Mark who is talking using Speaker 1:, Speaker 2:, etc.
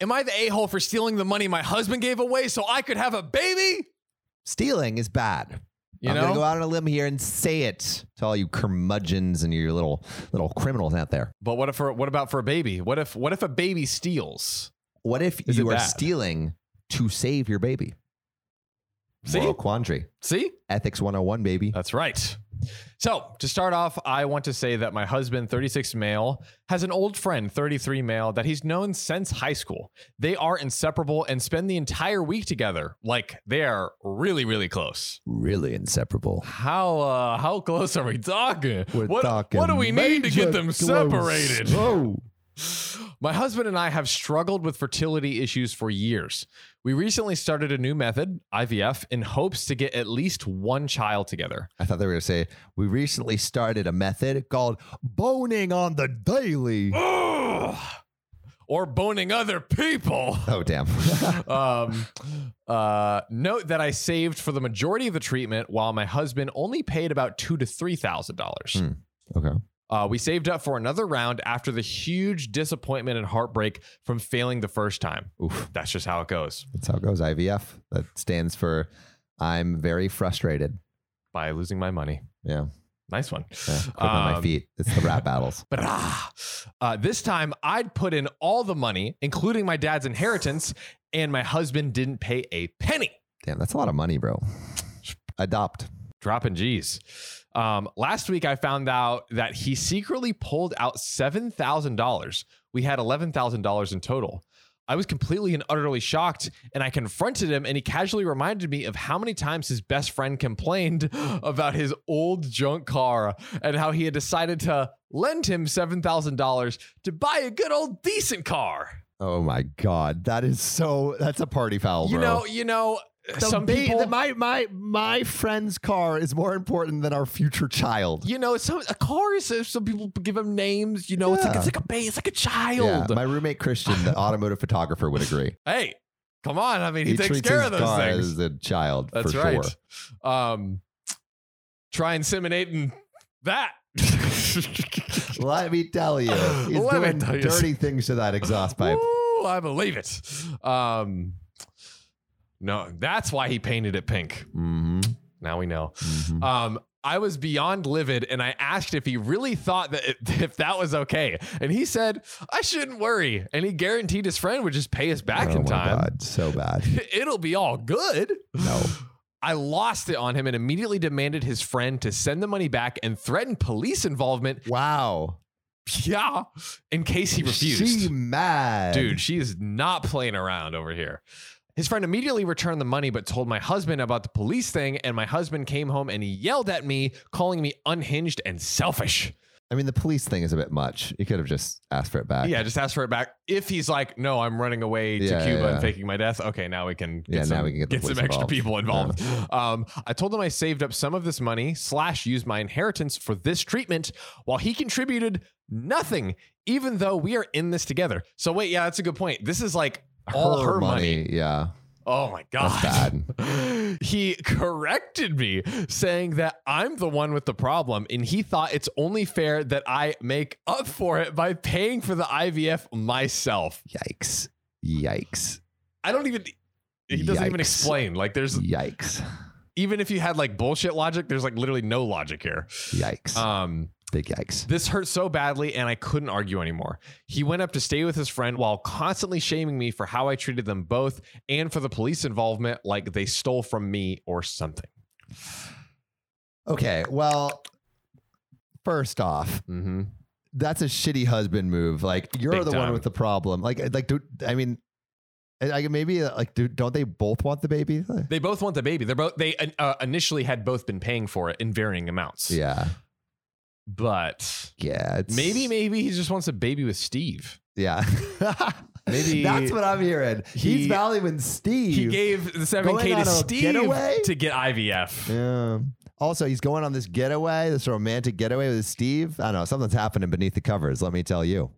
Speaker 1: Am I the a hole for stealing the money my husband gave away so I could have a baby?
Speaker 2: Stealing is bad.
Speaker 1: You
Speaker 2: I'm
Speaker 1: know,
Speaker 2: gonna go out on a limb here and say it to all you curmudgeons and your little little criminals out there.
Speaker 1: but what if for what about for a baby? What if what if a baby steals?
Speaker 2: What if
Speaker 1: Is
Speaker 2: you
Speaker 1: it
Speaker 2: are
Speaker 1: bad?
Speaker 2: stealing to save your baby?
Speaker 1: See? Uh,
Speaker 2: Moral quandary.
Speaker 1: See,
Speaker 2: Ethics 101, baby.
Speaker 1: That's right. So, to start off, I want to say that my husband, 36 male, has an old friend, 33 male, that he's known since high school. They are inseparable and spend the entire week together. Like they are really, really close.
Speaker 2: really inseparable.
Speaker 1: How uh, how close are we talking?
Speaker 2: We're
Speaker 1: what,
Speaker 2: talking
Speaker 1: what do we need to get them
Speaker 2: major close.
Speaker 1: separated?
Speaker 2: Oh.
Speaker 1: My husband and I have struggled with fertility issues for years. We recently started a new method, IVF, in hopes to get at least one child together.
Speaker 2: I thought they were going to say, we recently started a method called boning on the daily.
Speaker 1: Oh. Ugh. or boning other people.
Speaker 2: Oh, damn.
Speaker 1: um, uh, note that I saved for the majority of the treatment, while my husband only paid about two to three thousand dollars.
Speaker 2: Hmm. okay.
Speaker 1: Uh, we saved up for another round after the huge disappointment and heartbreak from failing the first time.
Speaker 2: Oof.
Speaker 1: That's just how it goes
Speaker 2: That's how it goes. IVF. That stands for I'm very frustrated.
Speaker 1: by losing my money.
Speaker 2: Yeah.
Speaker 1: Nice one.
Speaker 2: yeah. Quick on my
Speaker 1: Um,
Speaker 2: feet. It's the rap battles.
Speaker 1: But ah, uh, this time I'd put in all the money, including my dad's inheritance, and my husband didn't pay a penny.
Speaker 2: Damn, that's a lot of money, bro. Adopt.
Speaker 1: dropping G's. Um, last week, I found out that he secretly pulled out seven thousand dollars. We had eleven thousand dollars in total. I was completely and utterly shocked, and I confronted him, and he casually reminded me of how many times his best friend complained about his old junk car and how he had decided to lend him seven thousand dollars to buy a good old decent car.
Speaker 2: Oh my god, that is so. That's a party foul,
Speaker 1: You
Speaker 2: Oh, bro.
Speaker 1: know, you know,
Speaker 2: The
Speaker 1: Uh, some
Speaker 2: ba-
Speaker 1: people.
Speaker 2: the- my my my friend's car is more important than our future child.
Speaker 1: you know, some a car is some people give them names. You know, it's like
Speaker 2: Yeah.
Speaker 1: it's like a baby, it's like a
Speaker 2: Yeah,
Speaker 1: child.
Speaker 2: my roommate Christian, the automotive photographer, would agree.
Speaker 1: hey, come on! I mean, he, takes
Speaker 2: treats
Speaker 1: care
Speaker 2: his
Speaker 1: of those
Speaker 2: car
Speaker 1: things.
Speaker 2: as a child.
Speaker 1: That's
Speaker 2: for
Speaker 1: right.
Speaker 2: Sure.
Speaker 1: Um, try inseminating that.
Speaker 2: Let me tell you, he's
Speaker 1: Let me
Speaker 2: doing
Speaker 1: tell you.
Speaker 2: dirty things to that exhaust pipe.
Speaker 1: Ooh, I believe it. Um, no, that's why he painted it pink.
Speaker 2: Mm-hmm.
Speaker 1: Now we know. Um, I was beyond livid and I asked if he really thought that if that was okay. And he said, I shouldn't worry. And he guaranteed his friend would just pay us back
Speaker 2: oh
Speaker 1: in
Speaker 2: my
Speaker 1: time.
Speaker 2: god, so bad.
Speaker 1: It'll be all good.
Speaker 2: No,
Speaker 1: I lost it on him and immediately demanded his friend to send the money back and threatened police involvement.
Speaker 2: wow.
Speaker 1: Yeah, in case he refused.
Speaker 2: She mad,
Speaker 1: Dude, she is not playing around over here. His friend immediately returned the money, but told my husband about the police thing. And my husband came home and he yelled at me, calling me unhinged and selfish.
Speaker 2: I mean, the police thing is a bit much. You could have just asked for it back.
Speaker 1: Yeah, just ask for it back. If he's like, no, I'm running away to
Speaker 2: Yeah,
Speaker 1: Cuba
Speaker 2: yeah,
Speaker 1: and
Speaker 2: yeah.
Speaker 1: faking my death, okay, now we can get
Speaker 2: Yeah,
Speaker 1: some,
Speaker 2: now we can get the
Speaker 1: some
Speaker 2: police
Speaker 1: extra
Speaker 2: involved.
Speaker 1: people involved. Um, I told him I saved up some of this money slash used my inheritance for this treatment while he contributed nothing, even though we are in this together. So wait, yeah, that's a good point. This is like all her, money.
Speaker 2: Yeah,
Speaker 1: Oh my
Speaker 2: that's
Speaker 1: god.
Speaker 2: bad.
Speaker 1: He corrected me, saying that I'm the one with the problem, and he thought it's only fair that I make up for it by paying for the IVF myself.
Speaker 2: Yikes. Yikes.
Speaker 1: I don't even he doesn't even
Speaker 2: Yikes.
Speaker 1: explain. Like there's
Speaker 2: Yikes.
Speaker 1: even if you had like bullshit logic, there's like literally no logic here.
Speaker 2: Yikes.
Speaker 1: Um
Speaker 2: Big yikes.
Speaker 1: This hurt so badly, and I couldn't argue anymore. He went up to stay with his friend while constantly shaming me for how I treated them both and for the police involvement, like they stole from me or something.
Speaker 2: Okay. Well, first off,
Speaker 1: Mm-hmm.
Speaker 2: that's a shitty husband move. Like you're
Speaker 1: Big
Speaker 2: the
Speaker 1: time.
Speaker 2: one with the problem. Like like do I mean I- I maybe like do, don't they both want the baby?
Speaker 1: They both want the baby. They're both they uh, initially had both been paying for it in varying amounts.
Speaker 2: Yeah.
Speaker 1: But
Speaker 2: Yeah. it's-
Speaker 1: maybe maybe he just wants a baby with Steve.
Speaker 2: Yeah.
Speaker 1: Maybe-
Speaker 2: that's what I'm hearing.
Speaker 1: He-
Speaker 2: He's valuing Steve.
Speaker 1: He gave the seven K
Speaker 2: Going
Speaker 1: to
Speaker 2: on a
Speaker 1: Steve
Speaker 2: getaway?
Speaker 1: to get IVF.
Speaker 2: Yeah. Also, he's going on this getaway, this romantic getaway with Steve. I don't know. Something's happening beneath the covers, let me tell you.